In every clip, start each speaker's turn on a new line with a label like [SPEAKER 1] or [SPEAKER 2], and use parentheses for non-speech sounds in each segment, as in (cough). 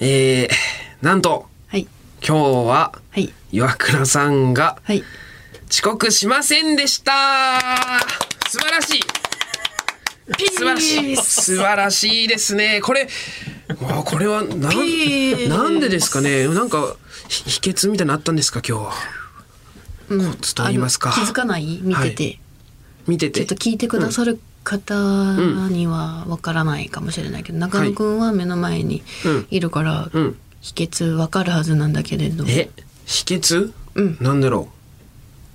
[SPEAKER 1] えー、なんと
[SPEAKER 2] はい
[SPEAKER 1] 今日は
[SPEAKER 2] はい
[SPEAKER 1] 岩倉さんが
[SPEAKER 2] はい
[SPEAKER 1] 遅刻しませんでした素晴らしい素晴らしい素晴らしいですねこれわあこれはな
[SPEAKER 2] ピ
[SPEAKER 1] ん
[SPEAKER 2] ー
[SPEAKER 1] なんでですかねなんかひ秘訣みたいなのあったんですか今日は
[SPEAKER 2] うん
[SPEAKER 1] ツと言いますか
[SPEAKER 2] あの気づかない見てて、
[SPEAKER 1] は見て
[SPEAKER 2] ちょ
[SPEAKER 1] て
[SPEAKER 2] っと聞いてくださる方にはわからないかもしれないけど、中野くんは目の前にいるから、
[SPEAKER 1] うん
[SPEAKER 2] 秘訣わかるはずなんだけれど
[SPEAKER 1] え秘訣、
[SPEAKER 2] うん
[SPEAKER 1] なんだろ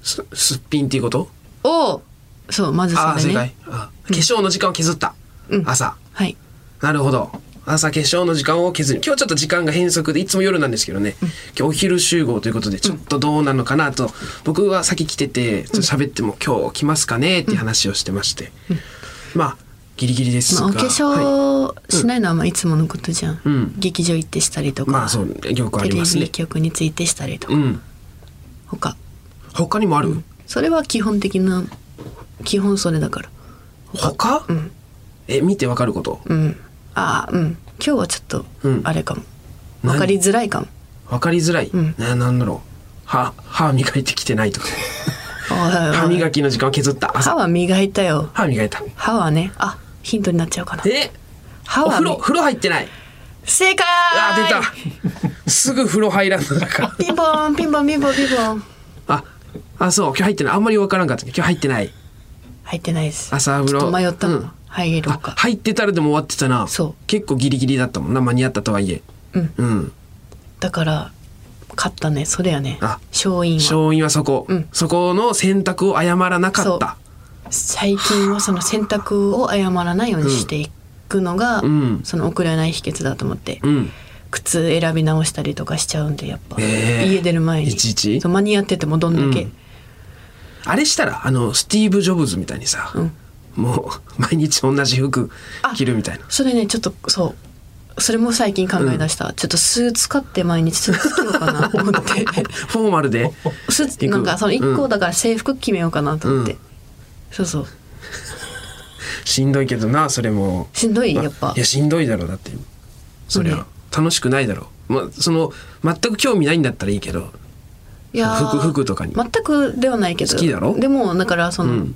[SPEAKER 1] うすすっぴんっていうこと
[SPEAKER 2] おそうまず
[SPEAKER 1] ああ
[SPEAKER 2] そ
[SPEAKER 1] 正
[SPEAKER 2] れ
[SPEAKER 1] 解
[SPEAKER 2] ね
[SPEAKER 1] あ化粧の時間を削った、
[SPEAKER 2] うん
[SPEAKER 1] 朝
[SPEAKER 2] はい
[SPEAKER 1] なるほど朝化粧の時間を削る今日ちょっと時間が変則でいつも夜なんですけどね、今日お昼集合ということでちょっとどうなのかなと、僕は先来ててちょっと喋っても今日来ますかねって話をしてまして、まあギリギリですが、
[SPEAKER 2] まあ、お化
[SPEAKER 1] はい
[SPEAKER 2] 粧しないのはまあいつものことじゃん、
[SPEAKER 1] うん
[SPEAKER 2] 劇場行ってしたりとか、
[SPEAKER 1] まあそうよくあ
[SPEAKER 2] テ
[SPEAKER 1] り
[SPEAKER 2] レ
[SPEAKER 1] ますね
[SPEAKER 2] ビ局についてしたりとか、
[SPEAKER 1] うん
[SPEAKER 2] 他
[SPEAKER 1] 他にもある、
[SPEAKER 2] それは基本的な基本それだから
[SPEAKER 1] 他、
[SPEAKER 2] ん
[SPEAKER 1] え見てわかること
[SPEAKER 2] うんああうん今日はちょっと
[SPEAKER 1] うん
[SPEAKER 2] あれかも、
[SPEAKER 1] 何
[SPEAKER 2] わかりづらいかも
[SPEAKER 1] わかりづらい、
[SPEAKER 2] ん
[SPEAKER 1] ななんだろう歯歯磨いてきてないとか歯
[SPEAKER 2] 歯
[SPEAKER 1] 磨きの時間を削った
[SPEAKER 2] 歯
[SPEAKER 1] 朝
[SPEAKER 2] は磨いたよ
[SPEAKER 1] 歯磨いた
[SPEAKER 2] 歯はねあヒントになっちゃうかな
[SPEAKER 1] え
[SPEAKER 2] 歯
[SPEAKER 1] お
[SPEAKER 2] は
[SPEAKER 1] 風
[SPEAKER 2] み
[SPEAKER 1] 呂風呂入ってない
[SPEAKER 2] 正解
[SPEAKER 1] あ出た (laughs) すぐ風呂入らんのだから
[SPEAKER 2] ピンポンピンポンピンポンピンポン
[SPEAKER 1] (laughs) ああそう今日入ってないあんまりわからんかったね今日入ってない
[SPEAKER 2] 入ってないです
[SPEAKER 1] 朝風呂
[SPEAKER 2] ちょっと迷ったの、
[SPEAKER 1] うん
[SPEAKER 2] 入ろ
[SPEAKER 1] あ
[SPEAKER 2] うか
[SPEAKER 1] 入ってたらでも終わってたな
[SPEAKER 2] そう
[SPEAKER 1] 結構ギリギリだったもんな間に合ったとはいえ
[SPEAKER 2] うん
[SPEAKER 1] うん
[SPEAKER 2] だから勝ったねそれやね
[SPEAKER 1] あ
[SPEAKER 2] 勝因は
[SPEAKER 1] 勝因はそこ、
[SPEAKER 2] うん
[SPEAKER 1] そこの選択を誤らなかった
[SPEAKER 2] 最近はその選択を誤らないようにしていくのが、
[SPEAKER 1] うん
[SPEAKER 2] その遅れない秘訣だと思って、
[SPEAKER 1] うん
[SPEAKER 2] 靴選び直したりとかしちゃうんでやっぱ、
[SPEAKER 1] ええ
[SPEAKER 2] 家出る前に
[SPEAKER 1] いちいち
[SPEAKER 2] そう間に合っててもどんだけ、
[SPEAKER 1] うんあれしたらあのスティーブ・ジョブズみたいにさ、
[SPEAKER 2] うん
[SPEAKER 1] もう毎日同じ服
[SPEAKER 2] あ
[SPEAKER 1] 着るみたいな
[SPEAKER 2] それねちょっとそうそれも最近考え出した、ちょっとスーツ買って毎日スーツ着ようかなと
[SPEAKER 1] (laughs)
[SPEAKER 2] 思って
[SPEAKER 1] フォーマル (laughs) で
[SPEAKER 2] スーツなんかその一
[SPEAKER 1] う
[SPEAKER 2] 個
[SPEAKER 1] ん
[SPEAKER 2] だから制服決めようかなと思って、
[SPEAKER 1] うん
[SPEAKER 2] そうそう
[SPEAKER 1] しんどいけどなそれも
[SPEAKER 2] しんどいやっぱ
[SPEAKER 1] いやしんどいだろうだってそり
[SPEAKER 2] うんね
[SPEAKER 1] ゃ楽しくないだろう、まあ、その全く興味ないんだったらいいけど
[SPEAKER 2] いやー
[SPEAKER 1] 服服とかに
[SPEAKER 2] 全くではないけど
[SPEAKER 1] 好きだろ
[SPEAKER 2] でもだからその、
[SPEAKER 1] うん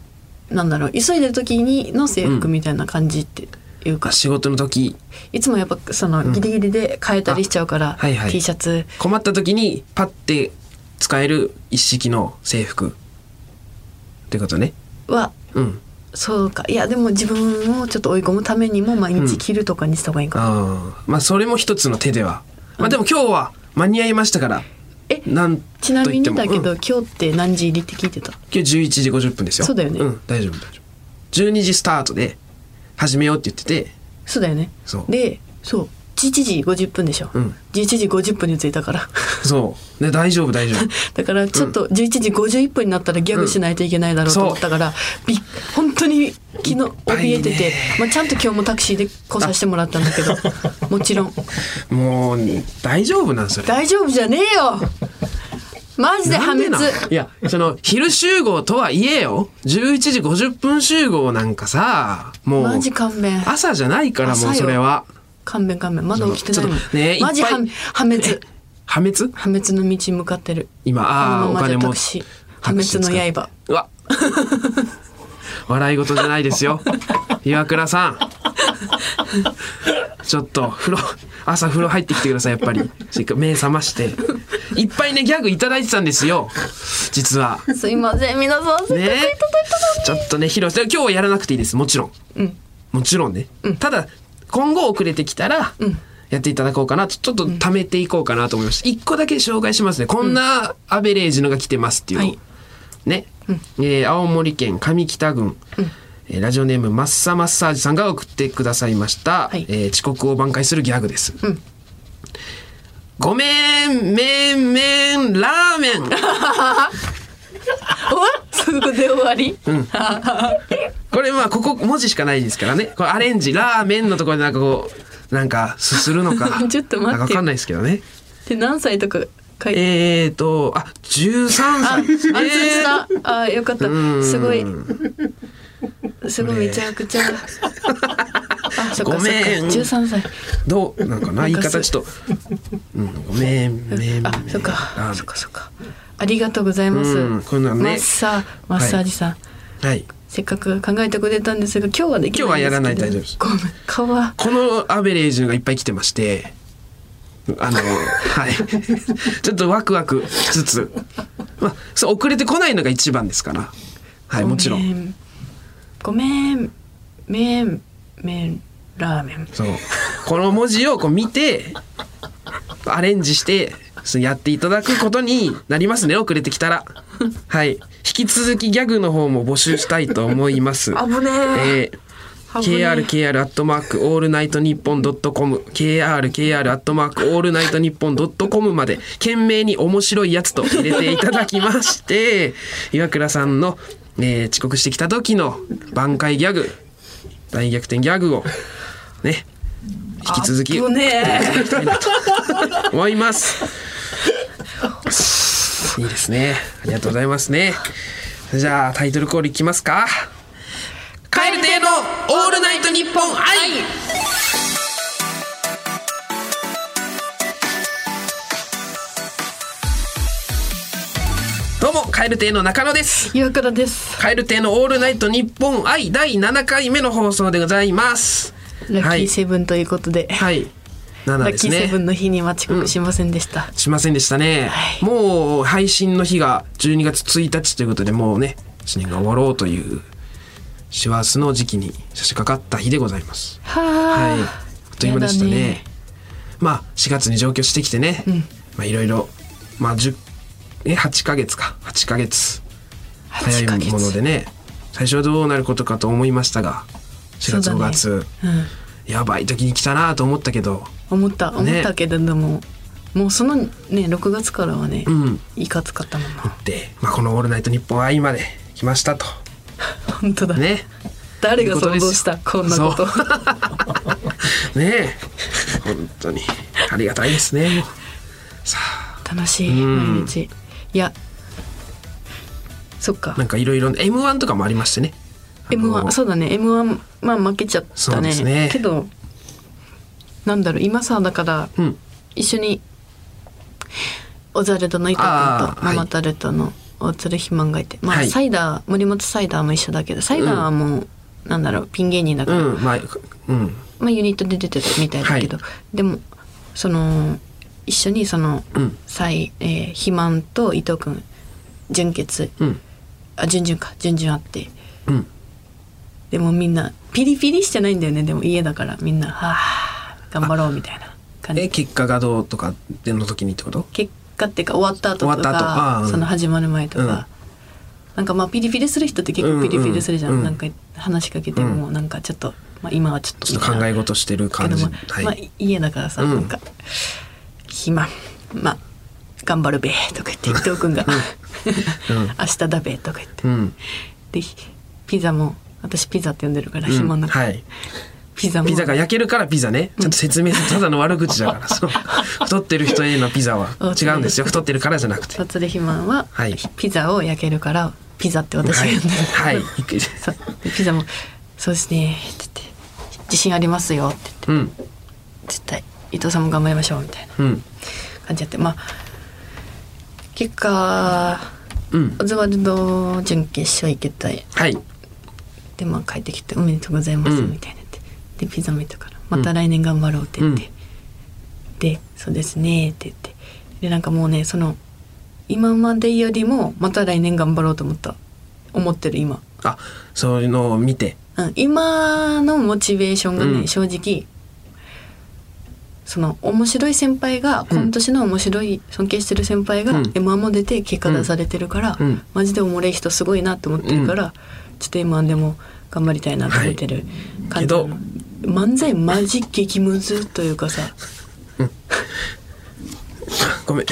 [SPEAKER 2] なんだろう急いでる時にの制服みたいな感じっていうか、
[SPEAKER 1] 仕事の時
[SPEAKER 2] いつもやっぱそのギリギリで変えたりしちゃうから、
[SPEAKER 1] あはいはい
[SPEAKER 2] T シャツ
[SPEAKER 1] 困った時にパッて使える一式の制服ってことね
[SPEAKER 2] は
[SPEAKER 1] うん
[SPEAKER 2] そうかいやでも自分をちょっと追い込むためにも毎日着るとかにした方がいいんかな、
[SPEAKER 1] あーまあそれも一つの手ではまあでも今日は間に合いましたから
[SPEAKER 2] え
[SPEAKER 1] なん
[SPEAKER 2] ちなみにだ
[SPEAKER 1] と言って
[SPEAKER 2] け
[SPEAKER 1] も
[SPEAKER 2] ど、
[SPEAKER 1] うん
[SPEAKER 2] 今日って何時入りって聞いてた
[SPEAKER 1] 今日11時50分ですよ
[SPEAKER 2] そうだよね
[SPEAKER 1] ん大丈夫大丈夫12時スタートで始めようって言ってて
[SPEAKER 2] そうだよね
[SPEAKER 1] そう
[SPEAKER 2] でそう11時50分でしょ、
[SPEAKER 1] うん
[SPEAKER 2] 11時50分に着いたから
[SPEAKER 1] そうね大丈夫大丈夫
[SPEAKER 2] (laughs) だからちょっと11時51分になったらギャグしないといけないだろうと思ったから、びっ本当に昨日
[SPEAKER 1] ぱいね
[SPEAKER 2] 怯えてて、まあ、ちゃんと今日もタクシーで来させてもらったんだ
[SPEAKER 1] (laughs)
[SPEAKER 2] けどもちろん
[SPEAKER 1] もう大丈夫なんそれ
[SPEAKER 2] 大丈夫じゃねえよマジで破滅
[SPEAKER 1] なんでなんいやその昼集合とはいえよ11時50分集合なんかさもう
[SPEAKER 2] マジ勘弁
[SPEAKER 1] 朝じゃないからも
[SPEAKER 2] 朝
[SPEAKER 1] う
[SPEAKER 2] よ
[SPEAKER 1] それは
[SPEAKER 2] 勘弁勘弁まだ起きてないもん
[SPEAKER 1] ちょっとね
[SPEAKER 2] マジ
[SPEAKER 1] いっぱ
[SPEAKER 2] 破
[SPEAKER 1] い
[SPEAKER 2] 破滅
[SPEAKER 1] 破滅
[SPEAKER 2] 破滅の道に向かってる
[SPEAKER 1] 今
[SPEAKER 2] こ
[SPEAKER 1] ああ
[SPEAKER 2] の
[SPEAKER 1] お
[SPEAKER 2] ままじ
[SPEAKER 1] 金も
[SPEAKER 2] ゃタクシー破滅の刃
[SPEAKER 1] うわ笑い事じゃないです
[SPEAKER 2] (laughs)
[SPEAKER 1] よ岩倉さんちょっと風呂朝風呂入ってきてくださいやっぱりしっかり目覚ましていっぱいねギャグいただいてたんですよ実は
[SPEAKER 2] すいません皆さんせっかくいただ
[SPEAKER 1] ね
[SPEAKER 2] (laughs) いた
[SPEAKER 1] ちょっとね披露して今日はやらなくていいですもちろん
[SPEAKER 2] のに、
[SPEAKER 1] もちろんね、ただ今後遅れてきたらやっていただこうかなとちょっと貯めていこうかなと思いました一個だけ紹介しますねこんなアベレージのが来てますっていうのを、
[SPEAKER 2] はい
[SPEAKER 1] ね、えー青森県上北郡、えーラジオネームマッサマッサージさんが送ってくださいました、
[SPEAKER 2] はい
[SPEAKER 1] えー遅刻を挽回するギャグです、
[SPEAKER 2] ん
[SPEAKER 1] ごめんめんめんラーメン
[SPEAKER 2] うん、おわそこで終わり、
[SPEAKER 1] これまあここ文字しかないですからねこれアレンジラーメンのところでなんかこうなんかすするのか
[SPEAKER 2] (laughs) ちょっと待
[SPEAKER 1] な
[SPEAKER 2] って
[SPEAKER 1] んかわかんないですけどね
[SPEAKER 2] (laughs) で何歳とか書いて
[SPEAKER 1] えーとあ13
[SPEAKER 2] あ、
[SPEAKER 1] 歳
[SPEAKER 2] 安心した。あ、よかった
[SPEAKER 1] う。ん (laughs)
[SPEAKER 2] すごい。すごいめちゃくちゃ。あそっ
[SPEAKER 1] ご
[SPEAKER 2] かそっか
[SPEAKER 1] めん
[SPEAKER 2] 十三歳
[SPEAKER 1] どうなんかな
[SPEAKER 2] なん
[SPEAKER 1] 言い
[SPEAKER 2] か
[SPEAKER 1] 方ちょっと、うん、ごめんめん
[SPEAKER 2] あそっ
[SPEAKER 1] あ
[SPEAKER 2] かそっかそっかありがとうございます、
[SPEAKER 1] うんこういうのはね
[SPEAKER 2] マッサーマッサージさん、
[SPEAKER 1] はい
[SPEAKER 2] せっかく考えてくれたんですが今日はできな
[SPEAKER 1] 今
[SPEAKER 2] い
[SPEAKER 1] 日はやらない大丈夫です
[SPEAKER 2] ごめん顔は
[SPEAKER 1] このアベレージがいっぱい来てましてあのはいちょっとワクワクしつつ、まあ、そう遅れてこないのが一番ですからはいもちろん
[SPEAKER 2] んごめんめんめんラーメン
[SPEAKER 1] そうこの文字をこう見てアレンジしてそうやっていただくことになりますね遅れてきたらはい引き続きギャグの方も募集したいと思います
[SPEAKER 2] 危ね
[SPEAKER 1] え
[SPEAKER 2] え
[SPEAKER 1] ー
[SPEAKER 2] 危ねえ
[SPEAKER 1] KRKR アットマークオールナイトニッポンドットコム KRKR アットマークオールナイトニッポンドットコムまで懸命に面白いやつと入れていただきまして (laughs) 岩倉さんの、えー遅刻してきた時の挽回ギャグ大逆転ギャグをね引き続き
[SPEAKER 2] 危ねえ
[SPEAKER 1] 思います。いいですね。ありがとうございますね。じゃあタイトルコールいきますか。カエル亭のオールナイトニッポン愛。どうもカエル亭の中野です。 (laughs)
[SPEAKER 2] 岩倉です
[SPEAKER 1] カエル亭のオールナイトニッポン愛第7回目の放送でございます。
[SPEAKER 2] ラッ
[SPEAKER 1] は
[SPEAKER 2] キー
[SPEAKER 1] い
[SPEAKER 2] セブンということで、
[SPEAKER 1] はい。7
[SPEAKER 2] ラ
[SPEAKER 1] で
[SPEAKER 2] ッ
[SPEAKER 1] す
[SPEAKER 2] キー
[SPEAKER 1] ね。
[SPEAKER 2] セブンの日には遅刻しませんでした、
[SPEAKER 1] しませんでしたね、
[SPEAKER 2] はい
[SPEAKER 1] もう配信の日が12月1日ということでもうね1年が終わろうという師走の時期に差し掛かった日でございます
[SPEAKER 2] は
[SPEAKER 1] は
[SPEAKER 2] あ
[SPEAKER 1] いあっという間でしたね
[SPEAKER 2] やだね
[SPEAKER 1] まあ4月に上京してきてね、まあいろいろまあ10え8ヶ月か8ヶ月早
[SPEAKER 2] 8ヶ
[SPEAKER 1] い
[SPEAKER 2] 月
[SPEAKER 1] ものでね最初はどうなることかと思いましたが4月
[SPEAKER 2] そうだ
[SPEAKER 1] 5
[SPEAKER 2] ね
[SPEAKER 1] 月、
[SPEAKER 2] うん、
[SPEAKER 1] やばい時に来たなと思ったけど
[SPEAKER 2] 思った
[SPEAKER 1] ね
[SPEAKER 2] 思ったけれども、もうそのね6月からはね、
[SPEAKER 1] ん
[SPEAKER 2] いかつかったも
[SPEAKER 1] (laughs)
[SPEAKER 2] んな
[SPEAKER 1] で、まあ、この「オールナイトニッポン」は今で来ましたと
[SPEAKER 2] 本当だ、
[SPEAKER 1] ね
[SPEAKER 2] 誰が想像したこんなこと
[SPEAKER 1] そうねえ本当にありがたいですねさあ
[SPEAKER 2] (laughs) 楽しい
[SPEAKER 1] ん
[SPEAKER 2] 毎日いやそっか
[SPEAKER 1] なんかいろいろ m 1とかもありましてね
[SPEAKER 2] m 1そううだね m 1まあ負けちゃっ
[SPEAKER 1] そ
[SPEAKER 2] た
[SPEAKER 1] うで
[SPEAKER 2] ね
[SPEAKER 1] すね
[SPEAKER 2] けどなんだろう今さだから、
[SPEAKER 1] うん
[SPEAKER 2] 一緒にオザルドの伊藤君
[SPEAKER 1] あ
[SPEAKER 2] と
[SPEAKER 1] ー
[SPEAKER 2] マ
[SPEAKER 1] はい
[SPEAKER 2] マタルトの大鶴ひまんがいて、まあ
[SPEAKER 1] はい
[SPEAKER 2] サイダー森本サイダーも一緒だけどサイダーはもう、なんだろうピン芸人だから、
[SPEAKER 1] うんまあうん
[SPEAKER 2] まあ、ユニットで出てたみたいだけど、でもその一緒にその、
[SPEAKER 1] うん
[SPEAKER 2] サイえー肥満と伊藤君純潔
[SPEAKER 1] うん
[SPEAKER 2] あ純々か純々あって
[SPEAKER 1] うん
[SPEAKER 2] でもみんなピリピリしてないんだよねでも家だからみんなはあ頑張ろうみたいな感
[SPEAKER 1] え
[SPEAKER 2] じ
[SPEAKER 1] 結果がどうとかでの時にってこと
[SPEAKER 2] 結果っていうか終わった後とか
[SPEAKER 1] 終わった後ああうん
[SPEAKER 2] その始まる前とか、
[SPEAKER 1] うん
[SPEAKER 2] なんかまあピリピリする人って結構ピリピリするじゃん、
[SPEAKER 1] うんうん
[SPEAKER 2] なんか話しかけてもなんかちょっと、まあ、今はちょっと
[SPEAKER 1] ちょっと考え
[SPEAKER 2] みたいな
[SPEAKER 1] 事してる
[SPEAKER 2] け
[SPEAKER 1] 感
[SPEAKER 2] ど
[SPEAKER 1] じ
[SPEAKER 2] も、ま
[SPEAKER 1] は
[SPEAKER 2] あ
[SPEAKER 1] い
[SPEAKER 2] 家だからさ、
[SPEAKER 1] うん
[SPEAKER 2] なんか暇まあ頑張るべとか言って伊藤君が「
[SPEAKER 1] うん
[SPEAKER 2] (laughs) 明日だべ」とか言っ
[SPEAKER 1] う
[SPEAKER 2] て
[SPEAKER 1] ん
[SPEAKER 2] でひピザも私ピザって呼んでるから
[SPEAKER 1] う
[SPEAKER 2] 暇
[SPEAKER 1] ん
[SPEAKER 2] な、
[SPEAKER 1] はい
[SPEAKER 2] ピザも
[SPEAKER 1] ピザが焼けるからピザねちょっと説明するただの悪口だから
[SPEAKER 2] (laughs)
[SPEAKER 1] そう太ってる人へのピザは違うんですよ太ってるからじゃなくて
[SPEAKER 2] おつれ肥満は、
[SPEAKER 1] はい
[SPEAKER 2] ピザを焼けるからピザって私
[SPEAKER 1] は
[SPEAKER 2] が呼
[SPEAKER 1] い
[SPEAKER 2] んでる、
[SPEAKER 1] はい
[SPEAKER 2] そうでピザも「そうですね」って言って「自信ありますよ」って言って
[SPEAKER 1] うん
[SPEAKER 2] 絶対伊藤さんも頑張りましょうみたいな
[SPEAKER 1] うん
[SPEAKER 2] 感じやってまあ結果
[SPEAKER 1] うん
[SPEAKER 2] オズワルド準決勝行けたい
[SPEAKER 1] はい
[SPEAKER 2] でまあ帰ってきて「おめでとうございます」
[SPEAKER 1] うん
[SPEAKER 2] みたいなって、でピザ見たから「また来年頑張ろう」って言って、で「そうですね」って言ってでなんかもうねその今までよりもまた来年頑張ろうと思った思ってる今、
[SPEAKER 1] あそういうのを見て
[SPEAKER 2] うん、今のモチベーションがね、
[SPEAKER 1] うん
[SPEAKER 2] 正直その面白い先輩が、
[SPEAKER 1] うん
[SPEAKER 2] 今年の面白い尊敬してる先輩が、
[SPEAKER 1] うん
[SPEAKER 2] m 1も出て結果出されてるから、
[SPEAKER 1] うん
[SPEAKER 2] マジでおもれい人すごいなって思ってるから、ちょっと m 1でも頑張りたいなと思ってる感
[SPEAKER 1] け
[SPEAKER 2] じ、
[SPEAKER 1] ど
[SPEAKER 2] 漫才マジ激ムズというかさ (laughs)
[SPEAKER 1] ごめん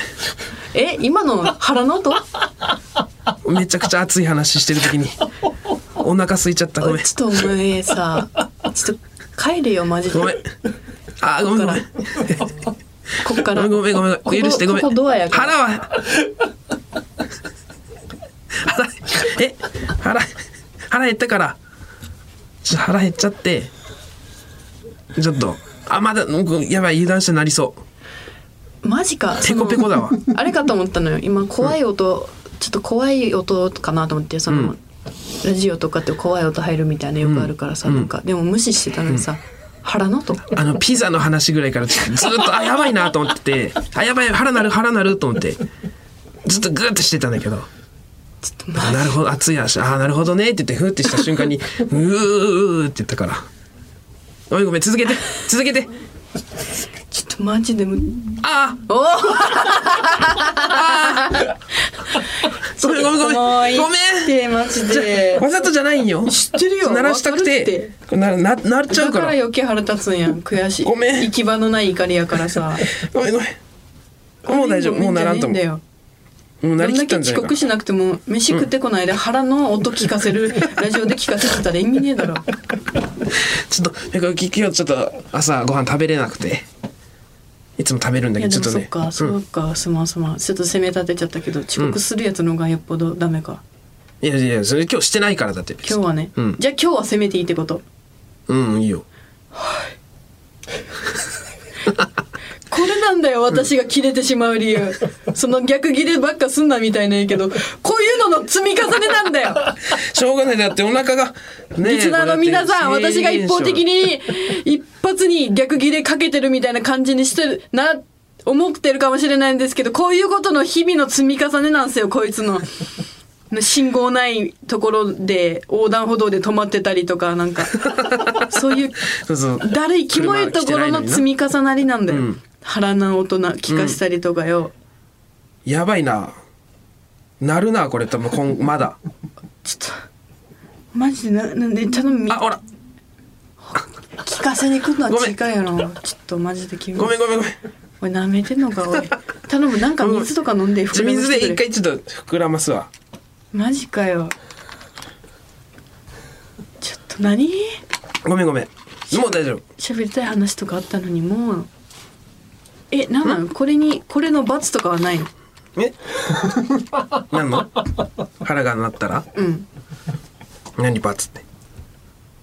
[SPEAKER 2] え今の腹の音ちょ
[SPEAKER 1] めちゃくちゃ熱い話してる時にお腹空いちゃったごめん
[SPEAKER 2] っとお前さちょっと帰れよマジで
[SPEAKER 1] ごめんあごめんごめん
[SPEAKER 2] こっか
[SPEAKER 1] ご
[SPEAKER 2] ら
[SPEAKER 1] めんごめんごめん
[SPEAKER 2] ここ
[SPEAKER 1] 許してごめん
[SPEAKER 2] ここドアやから
[SPEAKER 1] 腹は腹え腹腹減ったからちょっと腹減っちゃってちょっとあまだ僕やばい油断してなりそう
[SPEAKER 2] マジか
[SPEAKER 1] ペコペコだわ
[SPEAKER 2] そのあれかと思ったのよ今怖い音、ちょっと怖い音かなと思ってその、
[SPEAKER 1] うん
[SPEAKER 2] ラジオとかって怖い音入るみたいなよくあるからさ、なんかでも無視してたのにさ、腹の音
[SPEAKER 1] あのピザの話ぐらいからずっとあやばいなと思っててあやばい腹なる腹なると思ってずっとグーってしてたんだけど
[SPEAKER 2] ちょっとマ
[SPEAKER 1] あなるほど熱い足あーなるほどねって言ってふーってした瞬間にうーって言ったからおいごめん続けて続けて
[SPEAKER 2] ちょっとマジでむ
[SPEAKER 1] あ
[SPEAKER 2] おー
[SPEAKER 1] ーごめんごめんごめん
[SPEAKER 2] もういい
[SPEAKER 1] ごめん
[SPEAKER 2] ってマジで
[SPEAKER 1] わざとじゃないんよ
[SPEAKER 2] 知ってるよ
[SPEAKER 1] 鳴らしたく
[SPEAKER 2] わかる
[SPEAKER 1] てなななっちゃ
[SPEAKER 2] だ
[SPEAKER 1] う
[SPEAKER 2] か
[SPEAKER 1] からら
[SPEAKER 2] 余計腹立つんやん悔しい
[SPEAKER 1] ごめん
[SPEAKER 2] 行き場のない怒りやからさ
[SPEAKER 1] ごめんごめんもう大丈夫もうならんと思
[SPEAKER 2] ごめじゃ
[SPEAKER 1] う
[SPEAKER 2] ねえだよ
[SPEAKER 1] もうな
[SPEAKER 2] ど
[SPEAKER 1] りき
[SPEAKER 2] んだ
[SPEAKER 1] っ
[SPEAKER 2] け
[SPEAKER 1] たんじゃ
[SPEAKER 2] 遅
[SPEAKER 1] ないか
[SPEAKER 2] 刻しなくても飯食ってこないで腹の音聞かせるラジオで聞かせてたら意味ねえだろ
[SPEAKER 1] ちょっとなんかき今日ちょっと朝ご飯食べれなくていつも食べるんだ
[SPEAKER 2] い
[SPEAKER 1] け
[SPEAKER 2] や
[SPEAKER 1] ど
[SPEAKER 2] で
[SPEAKER 1] ちょ
[SPEAKER 2] も
[SPEAKER 1] っと
[SPEAKER 2] そっ
[SPEAKER 1] ね
[SPEAKER 2] か、
[SPEAKER 1] うん
[SPEAKER 2] そうかすまんすまんちょっと攻め立てちゃったけど遅刻するやつの方がよっぽどダメか、
[SPEAKER 1] いやいやそれ今日してないからだって別に
[SPEAKER 2] 今日はね、
[SPEAKER 1] うん
[SPEAKER 2] じゃあ今日は攻めていいってこと
[SPEAKER 1] うんいいよ
[SPEAKER 2] (laughs) これなんだよ私が切れてしまう理由、その逆切ればっかすんなみたいな言うけどこういうのの積み重ねなんだよ
[SPEAKER 1] しょうがないだってお腹がね
[SPEAKER 2] リスナーの皆さん、
[SPEAKER 1] こうやって
[SPEAKER 2] 私が一方的に、一発に逆ギレかけてるみたいな感じにしてるな、思ってるかもしれないんですけど、こういうことの日々の積み重ねなんですよ、こいつの。信号ないところで、横断歩道で止まってたりとか、なんか、そういう、
[SPEAKER 1] そうそう
[SPEAKER 2] だるい、キモいところの積み重なりなんだよ。
[SPEAKER 1] うん
[SPEAKER 2] 腹の音な聞かしたりとかよ。
[SPEAKER 1] やばいななるなこれ多分こんまだ
[SPEAKER 2] ちょっと、マジでな、なんで、ちゃんとみ
[SPEAKER 1] あほら
[SPEAKER 2] 聞かせに来るの
[SPEAKER 1] ご
[SPEAKER 2] は
[SPEAKER 1] め
[SPEAKER 2] 違
[SPEAKER 1] ん
[SPEAKER 2] うやろ。ちょっとマジで君。
[SPEAKER 1] ごめんごめんごめん
[SPEAKER 2] おい舐めてんの
[SPEAKER 1] (laughs)
[SPEAKER 2] かおい頼むなんか水とか飲んで
[SPEAKER 1] じゃあ
[SPEAKER 2] 膨らま
[SPEAKER 1] 水
[SPEAKER 2] せて
[SPEAKER 1] で
[SPEAKER 2] くれ
[SPEAKER 1] 一回ちょっと膨らますわ
[SPEAKER 2] マジかよちょっと何
[SPEAKER 1] ごめんごめんもう大丈夫
[SPEAKER 2] 喋りたい話とかあったのにもうえなんなんこれにこれの罰とかはないの
[SPEAKER 1] え
[SPEAKER 2] (laughs)
[SPEAKER 1] 何の腹が鳴ったら
[SPEAKER 2] うん
[SPEAKER 1] 何バツって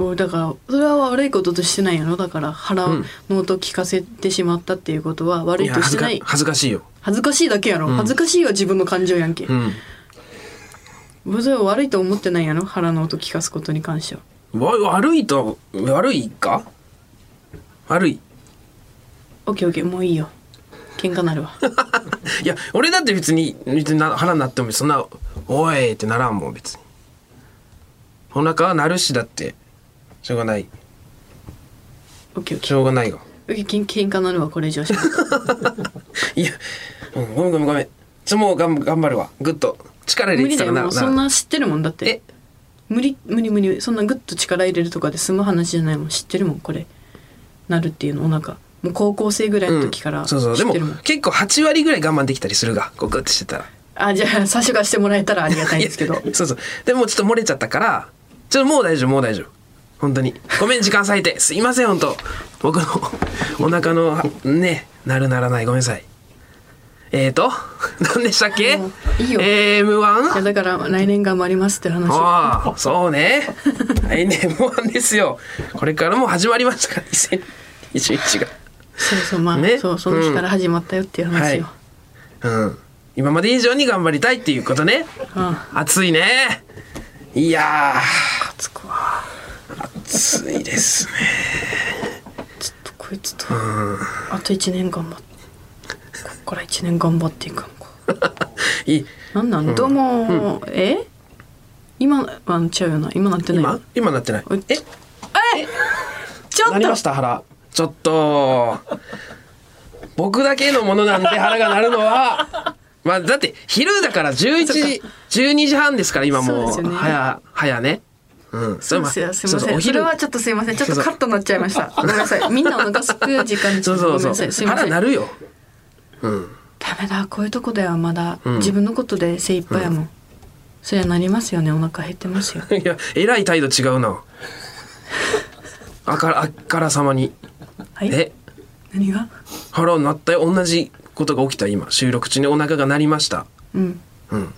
[SPEAKER 2] おだからそれは悪いこととしてないやろだから腹
[SPEAKER 1] うん
[SPEAKER 2] の音聞かせてしまったっていうことは悪い
[SPEAKER 1] や
[SPEAKER 2] と
[SPEAKER 1] 恥ず
[SPEAKER 2] して
[SPEAKER 1] か
[SPEAKER 2] ない
[SPEAKER 1] 恥ずかしいよ
[SPEAKER 2] 恥ずかしいだけやろ、
[SPEAKER 1] うん
[SPEAKER 2] 恥ずかしいは自分の感情やんけ、
[SPEAKER 1] うん
[SPEAKER 2] それは悪いと思ってないやろ腹の音聞かすことに関しては
[SPEAKER 1] わ悪いと悪いか悪い
[SPEAKER 2] オッケーオッケーもういいよ喧嘩な
[SPEAKER 1] (laughs)
[SPEAKER 2] るわ
[SPEAKER 1] いや俺だって別に別にな腹なってもそんな「おい!」ってならんもん別にお腹は鳴るしだってしょうがない
[SPEAKER 2] オッケーオッケ
[SPEAKER 1] しょうがないが
[SPEAKER 2] ー。けん喧嘩なるわこれ以上し
[SPEAKER 1] (laughs)
[SPEAKER 2] ない
[SPEAKER 1] いや、うん、ごめんごめんごめんちょもうがん頑張るわグッと力入
[SPEAKER 2] 無
[SPEAKER 1] れ
[SPEAKER 2] 理
[SPEAKER 1] て
[SPEAKER 2] だ
[SPEAKER 1] た
[SPEAKER 2] よ
[SPEAKER 1] らな
[SPEAKER 2] もうそん
[SPEAKER 1] な
[SPEAKER 2] な知ってるもんだって
[SPEAKER 1] え
[SPEAKER 2] 無理無理無理そんなグッと力入れるとかで済む話じゃないもん知ってるもんこれなるっていうのお腹もう高校生ぐらいの時から知
[SPEAKER 1] そうそうで
[SPEAKER 2] っ
[SPEAKER 1] も
[SPEAKER 2] てるもん、
[SPEAKER 1] 結構8割ぐらい我慢できたりするがこうグッてしてたら
[SPEAKER 2] あじゃあ差しがしてもらえたらありがたいんですけど
[SPEAKER 1] いやそうそうでもうちょっと漏れちゃったからちょっともう大丈夫もう大丈夫本当にごめん時間割いてすいません本当僕のお腹のねなるならないごめんなさいえーと何でしたっけ
[SPEAKER 2] もういいよ
[SPEAKER 1] えー M1?
[SPEAKER 2] いやだから来年頑張りますって話
[SPEAKER 1] ああそうね来年 M1 ですよこれからもう始まりましたから2021
[SPEAKER 2] そうそうまあ、
[SPEAKER 1] ね
[SPEAKER 2] そうその日から始まったよっていう話よ、
[SPEAKER 1] がうん今まで以上に頑張りたいっていうことね
[SPEAKER 2] あ
[SPEAKER 1] 暑いねいや
[SPEAKER 2] あかつくわ
[SPEAKER 1] ー暑いですね
[SPEAKER 2] ちょっとこいつとあと1年頑張ってこっから1年頑張っていくのか
[SPEAKER 1] (laughs) いい
[SPEAKER 2] なんなん、どうも、え今はなっちゃうよな今なってない
[SPEAKER 1] 今今なってない
[SPEAKER 2] おい
[SPEAKER 1] え
[SPEAKER 2] ちょっ
[SPEAKER 1] なりま
[SPEAKER 2] と
[SPEAKER 1] した腹ちょっと僕だけのものなんで腹が鳴るのは (laughs) まあだって昼だから11時12時半ですから今もう
[SPEAKER 2] そうですよね
[SPEAKER 1] 早早ねうん
[SPEAKER 2] すいま
[SPEAKER 1] そ
[SPEAKER 2] せ
[SPEAKER 1] れ
[SPEAKER 2] ん
[SPEAKER 1] は
[SPEAKER 2] すいま
[SPEAKER 1] そう
[SPEAKER 2] せ
[SPEAKER 1] そうんお
[SPEAKER 2] それ
[SPEAKER 1] 昼
[SPEAKER 2] はちょっとすいませんちょっとカットになっちゃいま
[SPEAKER 1] (laughs)
[SPEAKER 2] したごめんなさいみんなお腹すく時間
[SPEAKER 1] そうそ
[SPEAKER 2] ごめんな
[SPEAKER 1] う
[SPEAKER 2] さ
[SPEAKER 1] そ
[SPEAKER 2] いうすいませ
[SPEAKER 1] 腹
[SPEAKER 2] ん
[SPEAKER 1] 鳴
[SPEAKER 2] ダ
[SPEAKER 1] るようん
[SPEAKER 2] メだこういうとこではまだ、
[SPEAKER 1] ん
[SPEAKER 2] 自分のことで精一杯やもん、そりゃなりますよねお腹減ってますよ
[SPEAKER 1] いやえらい態度違うなあからあからさまに
[SPEAKER 2] はい
[SPEAKER 1] え
[SPEAKER 2] 何が
[SPEAKER 1] 腹鳴ったよ同じことが起きた今収録中にお腹が鳴りました
[SPEAKER 2] うん
[SPEAKER 1] うん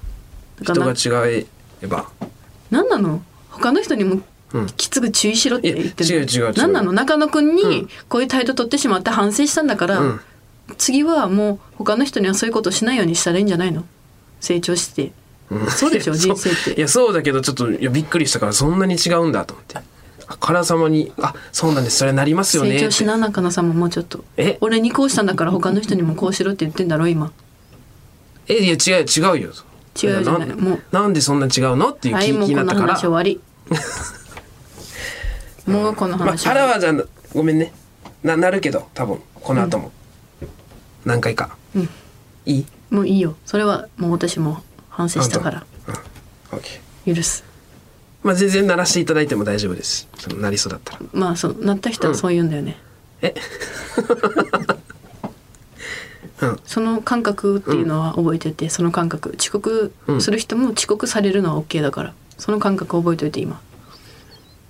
[SPEAKER 2] だか
[SPEAKER 1] 人
[SPEAKER 2] らな
[SPEAKER 1] が違えば
[SPEAKER 2] 何なの他の人にも
[SPEAKER 1] うん
[SPEAKER 2] きつく注意しろって言って
[SPEAKER 1] いや違
[SPEAKER 2] る
[SPEAKER 1] う違う違う
[SPEAKER 2] 何なの中野くん
[SPEAKER 1] うん
[SPEAKER 2] にこういう態度取ってしまって反省したんだから、
[SPEAKER 1] うん
[SPEAKER 2] 次はもう他の人にはそういうことしないようにしたらいいんじゃないの成長して、そうでしょ
[SPEAKER 1] いやそう
[SPEAKER 2] 人生っ
[SPEAKER 1] い
[SPEAKER 2] て
[SPEAKER 1] やそうだけどちょっといやびっくりしたからそんなに違うんだと思ってあからさまに「あそうなんですそれなりますよね」
[SPEAKER 2] 成
[SPEAKER 1] って
[SPEAKER 2] 長しな中野さんももうちょっと
[SPEAKER 1] え
[SPEAKER 2] 俺にこうしたんだから他の人にもこうしろって言ってんだろ今
[SPEAKER 1] えいや違う違うよ
[SPEAKER 2] 違うじゃない
[SPEAKER 1] ん
[SPEAKER 2] もう
[SPEAKER 1] なんでそんな違うのっていう
[SPEAKER 2] はい
[SPEAKER 1] 気
[SPEAKER 2] も
[SPEAKER 1] 気
[SPEAKER 2] う
[SPEAKER 1] に
[SPEAKER 2] こ
[SPEAKER 1] なった
[SPEAKER 2] の
[SPEAKER 1] から
[SPEAKER 2] 話終
[SPEAKER 1] (laughs)
[SPEAKER 2] わりもうこの
[SPEAKER 1] まあ
[SPEAKER 2] 話終
[SPEAKER 1] 腹
[SPEAKER 2] わ
[SPEAKER 1] はじゃあごめんねななるけど多分この後も、何回か、
[SPEAKER 2] うん
[SPEAKER 1] いい
[SPEAKER 2] りもういいよそれはもう私も反省したから
[SPEAKER 1] うんオッケー
[SPEAKER 2] 許す
[SPEAKER 1] まあ全然鳴らしていただいても大丈夫ですそのなりそうだったら
[SPEAKER 2] まあそうなった人はそう言うんだよね、 (laughs)
[SPEAKER 1] えうん
[SPEAKER 2] その感覚っていうのは覚えてて、その感覚遅刻する人も遅刻されるのは OK だからその感覚覚えておいて今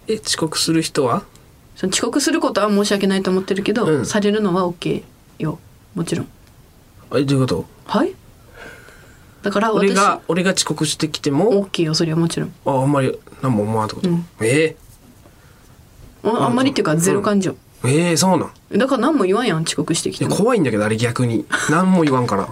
[SPEAKER 1] え遅刻する人は
[SPEAKER 2] その遅刻することは申し訳ないと思ってるけど、
[SPEAKER 1] うん
[SPEAKER 2] されるのは OK よもちろん
[SPEAKER 1] えどういうこと
[SPEAKER 2] はいだから
[SPEAKER 1] 俺
[SPEAKER 2] 私
[SPEAKER 1] が俺が遅刻してきても
[SPEAKER 2] OK よそれはもちろん
[SPEAKER 1] ああんまり何も思わんってこと、
[SPEAKER 2] うん
[SPEAKER 1] え
[SPEAKER 2] ああんまりっていうかゼロ感情、
[SPEAKER 1] ー、えー、そうなん
[SPEAKER 2] だから何も言わんやん遅刻してき
[SPEAKER 1] い
[SPEAKER 2] て
[SPEAKER 1] や
[SPEAKER 2] も
[SPEAKER 1] 怖いんだけどあれ逆に何も言わんから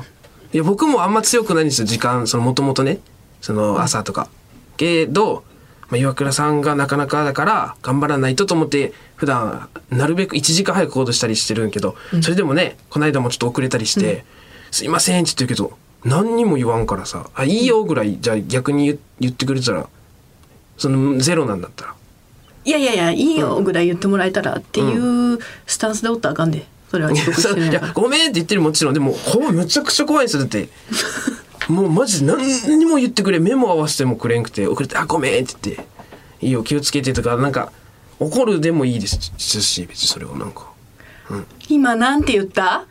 [SPEAKER 1] いや僕もあんま強くないんですよ時間そのもともとねその朝とか、けど、まあ、岩倉さんがなかなかだから頑張らないとと思って普段なるべく1時間早く行動したりしてるんけど、それでもねこの間もちょっと遅れたりして「すいません」って言ってるけど何にも言わんからさ「あいいよ」ぐらいじゃあ逆に言言ってくれたらそのゼロなんだったら
[SPEAKER 2] いやいやいやいいよぐらい言ってもらえたらっていうスタンスでおったらあかんでそれは (laughs) 遅刻してるん
[SPEAKER 1] い (laughs)
[SPEAKER 2] や
[SPEAKER 1] や
[SPEAKER 2] か
[SPEAKER 1] ごめんって言ってるもちろんでも怖いめちゃくちゃ怖いんですよだって
[SPEAKER 2] (laughs)
[SPEAKER 1] もうマジで何にも言ってくれ目も合わせてもくれんくて遅れて「あごめん」って言って「いいよ気をつけて」とかなんか怒るでもいいですし別にそれはなんから
[SPEAKER 2] 今なんて言った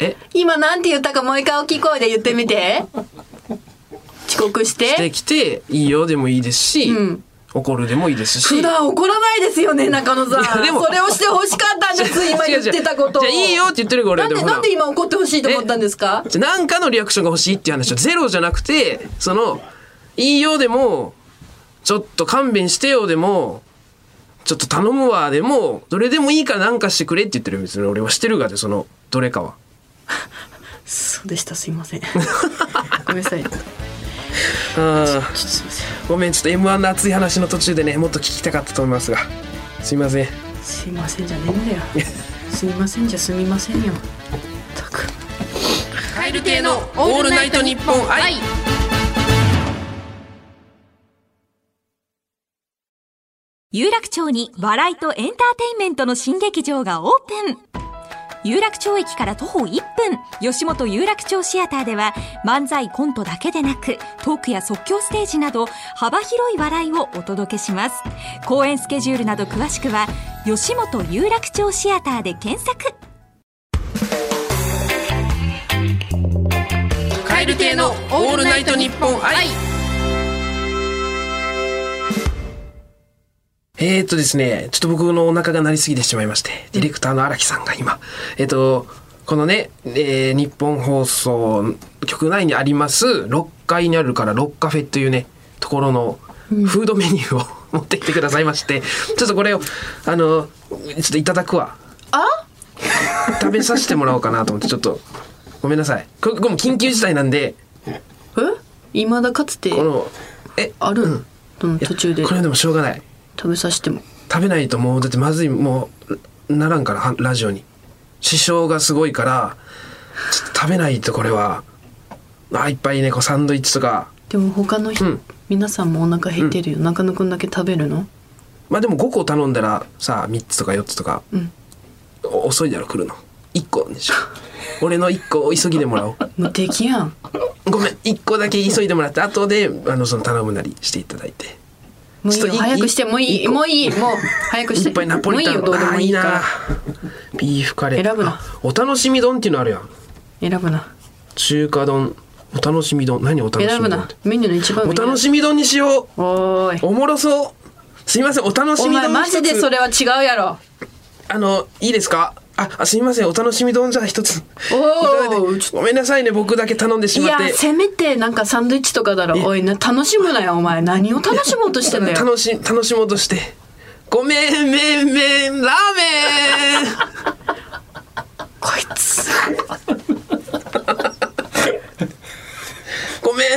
[SPEAKER 1] え
[SPEAKER 2] 今なんて言ったかもう一回大きい声で言ってみて遅刻し
[SPEAKER 1] で
[SPEAKER 2] て
[SPEAKER 1] きて「いいよ」でもいいですし、
[SPEAKER 2] うん
[SPEAKER 1] 怒るでもいいですし
[SPEAKER 2] 普段怒らないですよね中野さん
[SPEAKER 1] いやでも
[SPEAKER 2] それをしてほしかっ
[SPEAKER 1] (laughs)
[SPEAKER 2] たんです今言ってたことを
[SPEAKER 1] じゃあいいよって言ってるから
[SPEAKER 2] なん
[SPEAKER 1] 俺
[SPEAKER 2] で
[SPEAKER 1] でも
[SPEAKER 2] なんで今怒ってほしいと思ったんですか
[SPEAKER 1] じゃあなんかのリアクションが欲しいっていう話をゼロじゃなくてその「いいよ」でも「ちょっと勘弁してよ」でも「ちょっと頼むわ」でも「どれでもいいからなんかしてくれ」って言ってる別に俺はしてるがでそのどれかは。
[SPEAKER 2] そうでしたすいま
[SPEAKER 1] (laughs)
[SPEAKER 2] せんごめんなさいちょっ
[SPEAKER 1] あ
[SPEAKER 2] とすいません
[SPEAKER 1] ーごめんちょっと m 1の熱い話の途中でねもっと聞きたかったと思いますがすいません。
[SPEAKER 2] すいませんじゃねえんだよすみませんじゃすみませんよったく
[SPEAKER 1] カエル亭のオールナイトニッポン愛
[SPEAKER 3] 有楽町に笑いとエンターテインメントの新劇場がオープン有楽町駅から徒歩1分吉本有楽町シアターでは漫才コントだけでなくトークや即興ステージなど幅広い笑いをお届けします公演スケジュールなど詳しくは吉本有楽町シアターで検索
[SPEAKER 1] カエル亭のオールナイトニッポン愛えー、っとですね、ちょっと僕のお腹が鳴りすぎてしまいまして、ディレクターの荒木さんが今、えーっと、このね、えー日本放送局内にあります、6階にあるから6カフェというね、ところのフードメニューを (laughs) 持ってきてくださいまして、ちょっとこれを、あの、ちょっといただくわ。あ食べさせてもらおうかなと思って、ちょっと、ごめんなさい。これ、これも緊急事態なんで、
[SPEAKER 2] えいまだかつて
[SPEAKER 1] この、え、
[SPEAKER 2] あるんその
[SPEAKER 1] いや
[SPEAKER 2] 途中で
[SPEAKER 1] これはでもしょうがない
[SPEAKER 2] 食べさせても
[SPEAKER 1] 食べないともうだってまずいもうならんからはラジオに支障がすごいからちょっと食べないとこれはあいっぱいねこうサンドイッチとか
[SPEAKER 2] でも他の人、
[SPEAKER 1] うん
[SPEAKER 2] 皆さんもお腹減ってるよ、中野くんだけ食べるの
[SPEAKER 1] まあでも5個頼んだらさ3つとか4つとか、
[SPEAKER 2] ん
[SPEAKER 1] お遅いだろ来るの1個にしよう俺の1個を急ぎでもらおう
[SPEAKER 2] 無敵やん
[SPEAKER 1] ごめん1個だけ急いでもらって後であのその頼むなりしていただいて
[SPEAKER 2] もういい
[SPEAKER 1] ちょっ
[SPEAKER 2] よ
[SPEAKER 1] とい
[SPEAKER 2] 早くしてもうい
[SPEAKER 1] い
[SPEAKER 2] いもういいもう早くして
[SPEAKER 1] いっぱいナポリタン
[SPEAKER 2] もういいよどうでもいいか
[SPEAKER 1] あ
[SPEAKER 2] ら
[SPEAKER 1] なビーフカレー
[SPEAKER 2] 選ぶな
[SPEAKER 1] あお楽しみ丼っていうのあるやん
[SPEAKER 2] 選ぶな
[SPEAKER 1] 中華丼お楽しみ丼何お楽し
[SPEAKER 2] 選ぶ
[SPEAKER 1] み丼っ
[SPEAKER 2] な
[SPEAKER 1] て
[SPEAKER 2] メニューの一番
[SPEAKER 1] お
[SPEAKER 2] 上に
[SPEAKER 1] 楽しみ丼にしよう
[SPEAKER 2] おーい
[SPEAKER 1] おもろそうすいませんお楽し
[SPEAKER 2] お
[SPEAKER 1] み
[SPEAKER 2] 前
[SPEAKER 1] 丼
[SPEAKER 2] マジでそ
[SPEAKER 1] れ
[SPEAKER 2] れは違うやろ
[SPEAKER 1] あのいいですかああすいませんお楽しみ丼じゃあ一ついただい
[SPEAKER 2] おー
[SPEAKER 1] てごめんなさいね僕だけ頼んでし
[SPEAKER 2] い
[SPEAKER 1] まっ
[SPEAKER 2] や
[SPEAKER 1] て
[SPEAKER 2] せめてなんかサンドイ
[SPEAKER 1] (laughs)
[SPEAKER 2] ッチとかだろおいな楽しむなよお前何を楽しもうとしてんだよ
[SPEAKER 1] 楽し楽しもうとしてごめんめんめんラーメン
[SPEAKER 2] こいつ
[SPEAKER 1] ごめん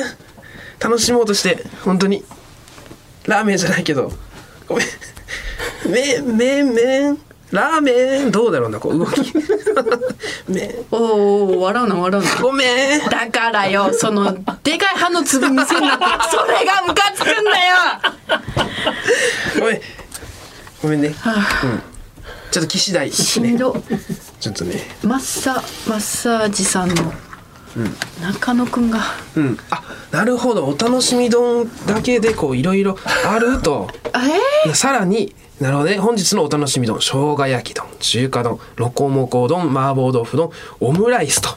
[SPEAKER 1] 楽しもうとして本当にラーメンじゃないけどごめんめんめんめんラーメンどうだろうなこう動きめん
[SPEAKER 2] おーおー笑うな笑うな
[SPEAKER 1] ごめん
[SPEAKER 2] だからよそのでかい歯の粒見せんな (laughs) それがムカつくんだよ
[SPEAKER 1] ごめんごめんね、
[SPEAKER 2] あ
[SPEAKER 1] うん、ちょっと騎士台
[SPEAKER 2] しん
[SPEAKER 1] ね
[SPEAKER 2] ど
[SPEAKER 1] ちょっとね
[SPEAKER 2] マッサマッサージさんの中野くんが
[SPEAKER 1] うんあなるほどお楽しみ丼だけでこういろいろあると
[SPEAKER 2] え
[SPEAKER 1] いやさらになるほどね本日のお楽しみ丼生姜焼き丼中華丼ロコモコ丼麻婆豆腐丼オムライスと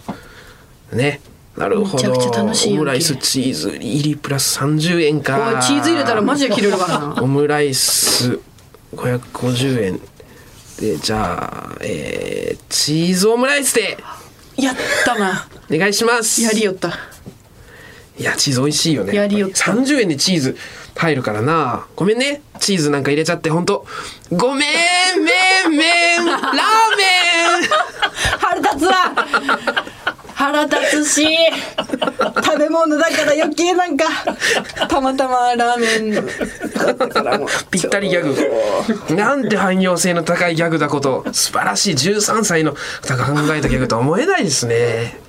[SPEAKER 1] ねなるほど
[SPEAKER 2] めちゃくちゃ楽しいやんけ
[SPEAKER 1] オムライスチーズ入りプラス30円
[SPEAKER 2] ー、お
[SPEAKER 1] か
[SPEAKER 2] いチーズ入れたらマジで切れるからな
[SPEAKER 1] オムライス550円でじゃあえーチーズオムライスで
[SPEAKER 2] やったな
[SPEAKER 1] お願いします
[SPEAKER 2] やりよった
[SPEAKER 1] いやチーズ美味しいよね
[SPEAKER 2] やりよっ
[SPEAKER 1] ったぱり30円でチーズ入るからなごめんねチーズなんか入れちゃってほんとごめんめんめんラーメ
[SPEAKER 2] 腹立つわ腹立つし食べ物だから余計なんかたまたまラーメン (laughs) だったからもう
[SPEAKER 1] ンぴったりギャグなんて汎用性の高いギャグだこと素晴らしい13歳の方が考えたギャグとは思えないですね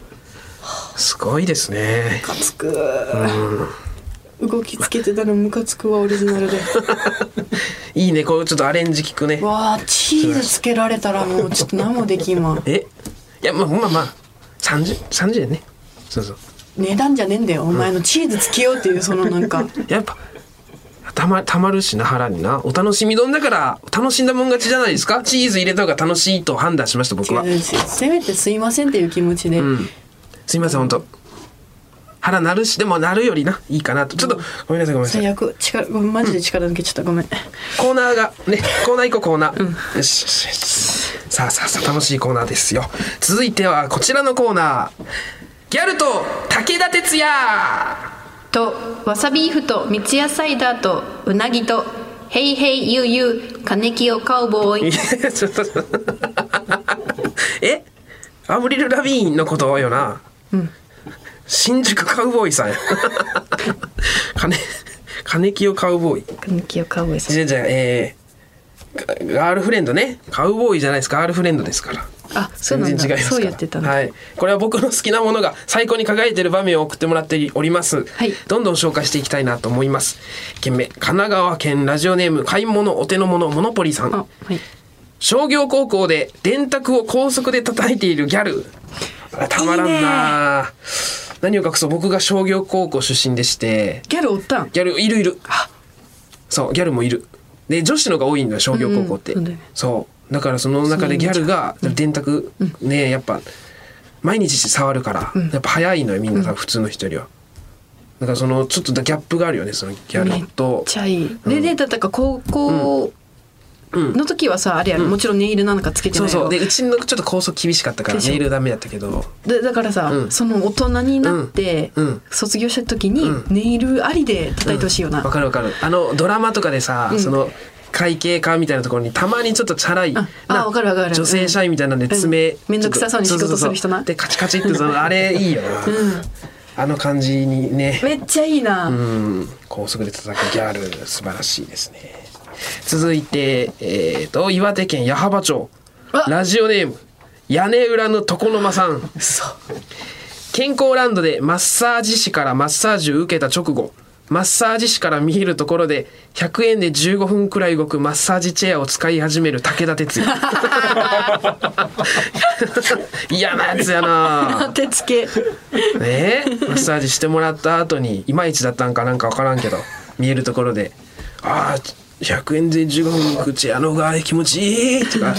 [SPEAKER 1] すごいですね
[SPEAKER 2] ムカつく、動きつけてたのムカつくわオリジナル
[SPEAKER 1] (laughs)
[SPEAKER 2] で
[SPEAKER 1] いいねこうちょっとアレンジ聞くね
[SPEAKER 2] わあチーズつけられたらもうちょっと何もできんわ
[SPEAKER 1] えいやまあまあまあ 30, 30円ねそうそう
[SPEAKER 2] 値段じゃねえんだよお前のチーズつけようっていうそのなんか
[SPEAKER 1] やっぱたまたまるしな腹になお楽しみ丼だから楽しんだもん勝ちじゃないですかチーズ入れた方が楽しいと判断しました僕は
[SPEAKER 2] 違うしせめてすいませんっていう気持ちで、
[SPEAKER 1] すいません本当腹なるしでもなるよりないいかなとちょっとごめんなさいごめんなさい
[SPEAKER 2] 最悪力ごめんマジで力抜けちゃったごめん
[SPEAKER 1] コーナーがねコーナー行こうコーナー、よしよしよしさあさあさあ楽しいコーナーですよ続いてはこちらのコーナーギャルと武田鉄矢
[SPEAKER 2] とわさビーフと三ツ矢サイダーとうなぎとヘイヘイユーユー金清カウボー
[SPEAKER 1] い
[SPEAKER 2] イ
[SPEAKER 1] やちょっと (laughs) えアブリル・ラビーンのことよな、新宿カウボーイさんや (laughs) 金金清カウボーイ
[SPEAKER 2] 金清カウボーイさん
[SPEAKER 1] じゃあじゃあえーガガールフレンドねカウボーイじゃないですガールフレンドですから
[SPEAKER 2] あそう
[SPEAKER 1] 全然
[SPEAKER 2] なん
[SPEAKER 1] 違いま
[SPEAKER 2] だ
[SPEAKER 1] すから
[SPEAKER 2] そうやってたんだ、
[SPEAKER 1] はい、これは僕の好きなものが最高に輝いている場面を送ってもらっております、
[SPEAKER 2] はい
[SPEAKER 1] どんどん紹介していきたいなと思います件名神奈川県ラジオネーム買い物お手の物モノポリさん
[SPEAKER 2] あはい
[SPEAKER 1] 商業高校で電卓を高速で叩いているギャルあたまらんな何を隠そう僕が商業高校出身でして
[SPEAKER 2] ギャルおったん
[SPEAKER 1] ギャルいるいるそうギャルもいるで女子のが多いんだよ商業高校って、
[SPEAKER 2] うんそうだよね
[SPEAKER 1] そうだからその中でギャルが電卓、ねやっぱ毎日触るから、やっぱ早いのよみんなさ普通の人よりはだからそのちょっとギャップがあるよねそのギャ
[SPEAKER 2] めっ
[SPEAKER 1] ルと
[SPEAKER 2] ちゃいいででだったか高校の時はさあれやろもちろんネイルなんかつけて
[SPEAKER 1] そう
[SPEAKER 2] ないや
[SPEAKER 1] そう
[SPEAKER 2] ろ
[SPEAKER 1] でうちのちょっと高速厳しかったから
[SPEAKER 2] でしょ
[SPEAKER 1] ネイルダメだったけど
[SPEAKER 2] でだからさ
[SPEAKER 1] うん
[SPEAKER 2] その大人になって
[SPEAKER 1] うんうん
[SPEAKER 2] 卒業した時に
[SPEAKER 1] う
[SPEAKER 2] ネイルありで叩いてほしいよな
[SPEAKER 1] わかるわかるあのドラマとかでさ、その会計課みたいなところにたまにちょっとチャラい
[SPEAKER 2] ああ
[SPEAKER 1] な
[SPEAKER 2] わかるわかる
[SPEAKER 1] 女性社員みたいなんで
[SPEAKER 2] うん
[SPEAKER 1] 爪、
[SPEAKER 2] めんどくさそうに仕事する人な
[SPEAKER 1] ちょっとそうそうそうでカチカチってそのあれいいよな、あの感じにね
[SPEAKER 2] めっちゃいいな、
[SPEAKER 1] うん高速で叩くギャル素晴らしいですね続いてえー、と岩手県矢巾町
[SPEAKER 2] あ
[SPEAKER 1] ラジオネーム屋根裏の床の間さん
[SPEAKER 2] 嘘
[SPEAKER 1] 健康ランドでマッサージ師からマッサージを受けた直後マッサージ師から見えるところで100円で15分くらい動くマッサージチェアを使い始める武田鉄矢嫌なやつやな
[SPEAKER 2] 手つけ
[SPEAKER 1] ねえマッサージしてもらった後にいまいちだったんかなんか分からんけど見えるところで「ああ100円で15分動くチェアの方が気持ちいい」とか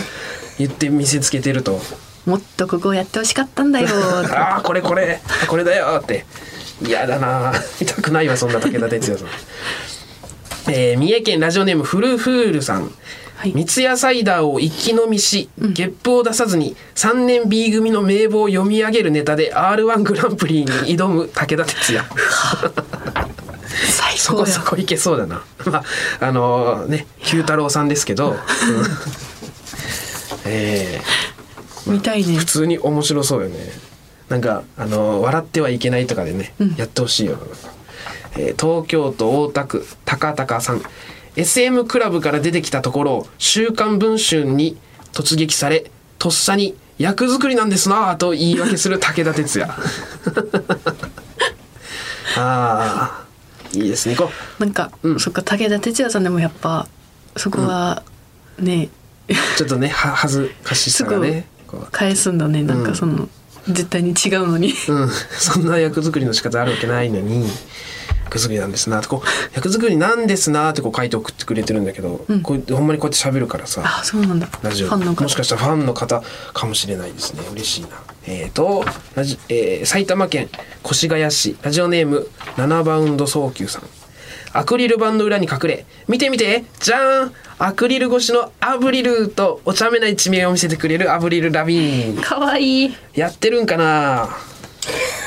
[SPEAKER 1] 言って見せつけてると。
[SPEAKER 2] もっとここやってほしかったんだよ
[SPEAKER 1] ああこれこれこれだよって嫌だな痛くないわそんな武田鉄矢さん、えー三重県ラジオネームフルフールさん、
[SPEAKER 2] はい
[SPEAKER 1] 三ツ矢サイダーを一気飲みし、ゲップを出さずに3年 B 組の名簿を読み上げるネタで r 1グランプリに挑む武田鉄矢
[SPEAKER 2] 最
[SPEAKER 1] そこそこいけそうだな。 (laughs) まあ、あのね、九太郎さんですけど。うん (laughs) え
[SPEAKER 2] 見たい
[SPEAKER 1] ー
[SPEAKER 2] ね
[SPEAKER 1] 普通に面白そうよね。なんか、あの笑ってはいけないとかでね、やってほしいよ。えー東京都大田区高高さん SM クラブから出てきたところを「週刊文春」に突撃されとっさに「役作りなんですなぁ」と言い訳する武田鉄矢 (laughs) あーいいですねこう
[SPEAKER 2] なんか、
[SPEAKER 1] うん
[SPEAKER 2] そっか武田鉄矢さんでもやっぱそこはね、
[SPEAKER 1] ちょっとねは恥ずかしさがねこう
[SPEAKER 2] 返すんだねなんかその、絶対に違うのに
[SPEAKER 1] うん、 (laughs) そんな役作りの仕方あるわけないのに役作りなんですなってこう役作りなんですなってこう書いて送ってくれてるんだけど、
[SPEAKER 2] うん
[SPEAKER 1] こうほんまにこうやって喋るからさ
[SPEAKER 2] あそうなんだ
[SPEAKER 1] ラジオ
[SPEAKER 2] ファンの方
[SPEAKER 1] もしかしたらファンの方かもしれないですね嬉しいなえっ、とラジ、えー埼玉県越谷市ラジオネーム7バウンド早急さんアクリル板の裏に隠れ見て見てじゃーんアクリル越しのアブリルとお茶目な一面を見せてくれるアブリルラビーン
[SPEAKER 2] かわいい
[SPEAKER 1] やってるんかな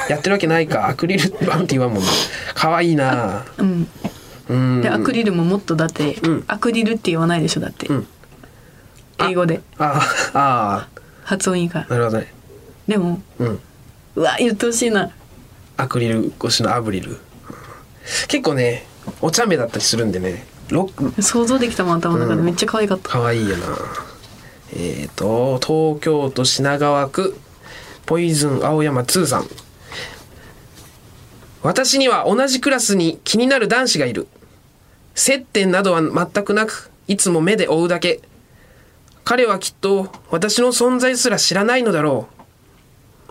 [SPEAKER 1] やってるわけないかアクリル板って言わんもんなかわいいな
[SPEAKER 2] うん
[SPEAKER 1] うん
[SPEAKER 2] でアクリルももっとだって、
[SPEAKER 1] うん
[SPEAKER 2] アクリルって言わないでしょだって、
[SPEAKER 1] ん
[SPEAKER 2] 英語で
[SPEAKER 1] ああ
[SPEAKER 2] 発音いいか
[SPEAKER 1] な
[SPEAKER 2] ら
[SPEAKER 1] るほどね
[SPEAKER 2] でも
[SPEAKER 1] うん
[SPEAKER 2] うわ言ってほしいな
[SPEAKER 1] アクリル越しのアブリルうん結構ねお茶目だったりするんでねロック
[SPEAKER 2] 想像できたもん頭の中でめっちゃ可愛かった、
[SPEAKER 1] かわいいよなえっ、と東京都品川区ポイズン青山2さん私には同じクラスに気になる男子がいる接点などは全くなくいつも目で追うだけ彼はきっと私の存在すら知らないのだろ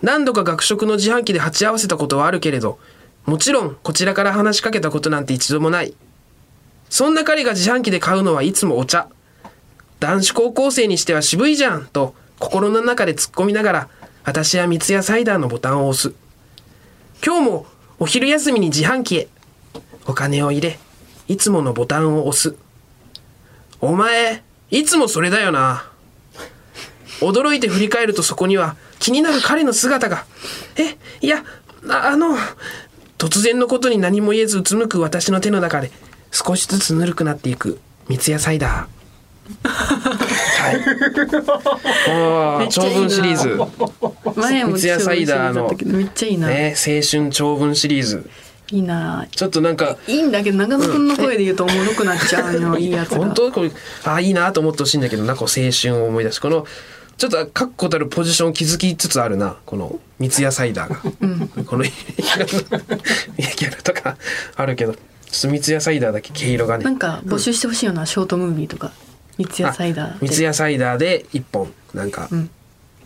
[SPEAKER 1] う何度か学食の自販機で鉢合わせたことはあるけれどもちろんこちらから話しかけたことなんて一度もないそんな彼が自販機で買うのはいつもお茶男子高校生にしては渋いじゃんと心の中で突っ込みながら私は三ツ矢サイダーのボタンを押す今日もお昼休みに自販機へお金を入れいつものボタンを押すお前いつもそれだよな驚いて振り返るとそこには気になる彼の姿がえいやああの突然のことに何も言えずうつむく私の手の中で少しずつぬるくなっていく三ツ矢サイダー
[SPEAKER 2] (laughs)
[SPEAKER 1] はい。お
[SPEAKER 2] め
[SPEAKER 1] ー
[SPEAKER 2] っちゃい
[SPEAKER 1] 長
[SPEAKER 2] いな
[SPEAKER 1] 文シリーズ。(laughs)
[SPEAKER 2] 前も
[SPEAKER 1] 三ツ矢サイダーの
[SPEAKER 2] だったけどめっちゃいいな、
[SPEAKER 1] ね、青春長文シリーズ。
[SPEAKER 2] いいな
[SPEAKER 1] ちょっとなんか、
[SPEAKER 2] いいんだけど長野くんの声で言うとおもろくなっちゃうのいいやつが
[SPEAKER 1] (laughs) 本当これ、あ、いいなと思ってほしいんだけどな、こう青春を思い出し、この、ちょっと確固たるポジションを築きつつあるな、この三ツ矢サイダーが。この、いやギャルとかあるけど、ちょっと三ツ矢サイダーだけ毛色がね。
[SPEAKER 2] なんか募集してほしいようなショートムービーとか三ツ矢サイダー
[SPEAKER 1] あ三ツ
[SPEAKER 2] で
[SPEAKER 1] 矢サイダーで一本、なんか、
[SPEAKER 2] ん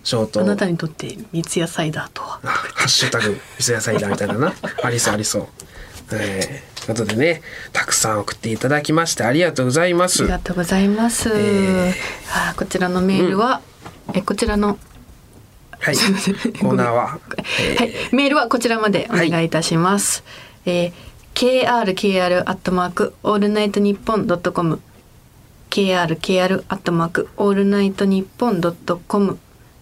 [SPEAKER 1] ショート。
[SPEAKER 2] あなたにとって三ツ矢サイダーとは
[SPEAKER 1] あハッシュタグ、水野菜だみたいな
[SPEAKER 2] (laughs)
[SPEAKER 1] な。ありそうありそう。えー、ということでね、たくさん送っていただきましてありがとうございま
[SPEAKER 2] あ
[SPEAKER 1] す
[SPEAKER 2] り。がとうございます、
[SPEAKER 1] えー
[SPEAKER 2] あこちらのメールは、えこちらの
[SPEAKER 1] はい。コ
[SPEAKER 2] すいません
[SPEAKER 1] ーナーは、
[SPEAKER 2] はい、メールはこちらまでお願いいたします。えー、krkr アットマークオールナイトニッポンドットコム、krkr アットマークオールナイトニッポンドットコム。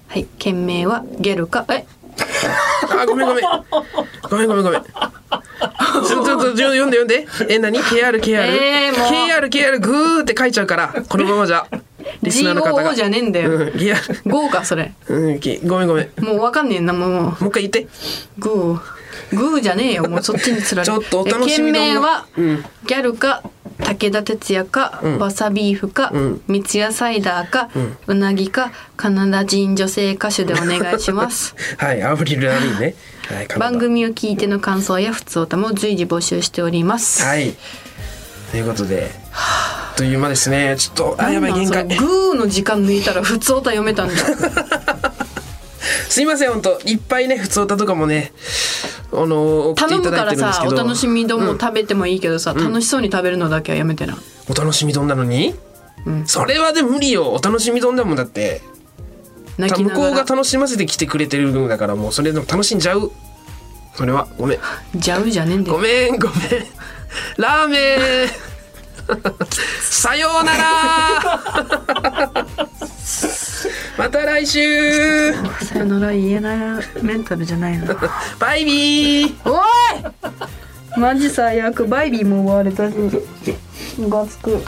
[SPEAKER 2] はい、件名はゲルか、え、
[SPEAKER 1] あ、ごめんご
[SPEAKER 2] (laughs)
[SPEAKER 1] めん。ごめんごめんごめん。ちょっとちょっと読んで読んで。え、何 ?KR、KR。
[SPEAKER 2] えーもう
[SPEAKER 1] KR、KR、グーって書いちゃうから、このままじ
[SPEAKER 2] (laughs)
[SPEAKER 1] ゃ。リスナーの方が。
[SPEAKER 2] GOO じゃねえんだよ
[SPEAKER 1] うん、GR。
[SPEAKER 2] ゴーかそれ。
[SPEAKER 1] うん、きごめんごめん。
[SPEAKER 2] もうわかんねえなもう。
[SPEAKER 1] もう一回言って。
[SPEAKER 2] グーグーじゃねえよもうそっちにつら
[SPEAKER 1] (laughs)
[SPEAKER 2] れ
[SPEAKER 1] ちょっとお楽しみ
[SPEAKER 2] え
[SPEAKER 1] の
[SPEAKER 2] 件名は、
[SPEAKER 1] うん
[SPEAKER 2] ギャルか武田鉄矢か、わさビーフか、
[SPEAKER 1] ん
[SPEAKER 2] 三ツ矢サイダーか、うなぎかカナダ人女性歌手でお願いします
[SPEAKER 1] はい、アブリル・ラビーンね。はい、カナダ
[SPEAKER 2] 番組を聞いての感想や普通歌も随時募集しております
[SPEAKER 1] はい。ということで、あっという間ですね。ちょっと、あ、やばい、
[SPEAKER 2] なん
[SPEAKER 1] 限
[SPEAKER 2] なん
[SPEAKER 1] 界。
[SPEAKER 2] そのグーの時間抜いたら普通歌読
[SPEAKER 1] (laughs)
[SPEAKER 2] めたんだ
[SPEAKER 1] すいません、本当いっぱいね、普通歌とかもね、あの、送って
[SPEAKER 2] 頼
[SPEAKER 1] い
[SPEAKER 2] む
[SPEAKER 1] た
[SPEAKER 2] か
[SPEAKER 1] だい
[SPEAKER 2] ら
[SPEAKER 1] てるんです
[SPEAKER 2] さ
[SPEAKER 1] け
[SPEAKER 2] お
[SPEAKER 1] ど。
[SPEAKER 2] 楽しみ丼も食べてもいいけどさ、楽しそうに食べるのだけはやめてな
[SPEAKER 1] お楽しみ丼なのに、それはでも無理よ。お楽しみ丼だもんだって。
[SPEAKER 2] 泣き
[SPEAKER 1] 向
[SPEAKER 2] な
[SPEAKER 1] こう
[SPEAKER 2] が
[SPEAKER 1] が
[SPEAKER 2] ら
[SPEAKER 1] 楽しませてきてくれてる分だから、もうそれでも楽しんじゃう。それは、ごめん。
[SPEAKER 2] じゃうじゃねえんだ
[SPEAKER 1] ご
[SPEAKER 2] よ
[SPEAKER 1] めん、ごめん。ラーメン
[SPEAKER 2] (laughs)
[SPEAKER 1] さようなら
[SPEAKER 2] (laughs)
[SPEAKER 1] また来週
[SPEAKER 2] さよ
[SPEAKER 1] (laughs)
[SPEAKER 2] なら言えないメンタルじゃないの
[SPEAKER 1] バイビー
[SPEAKER 2] おいマジ最悪バイビーも奪われたしムカつく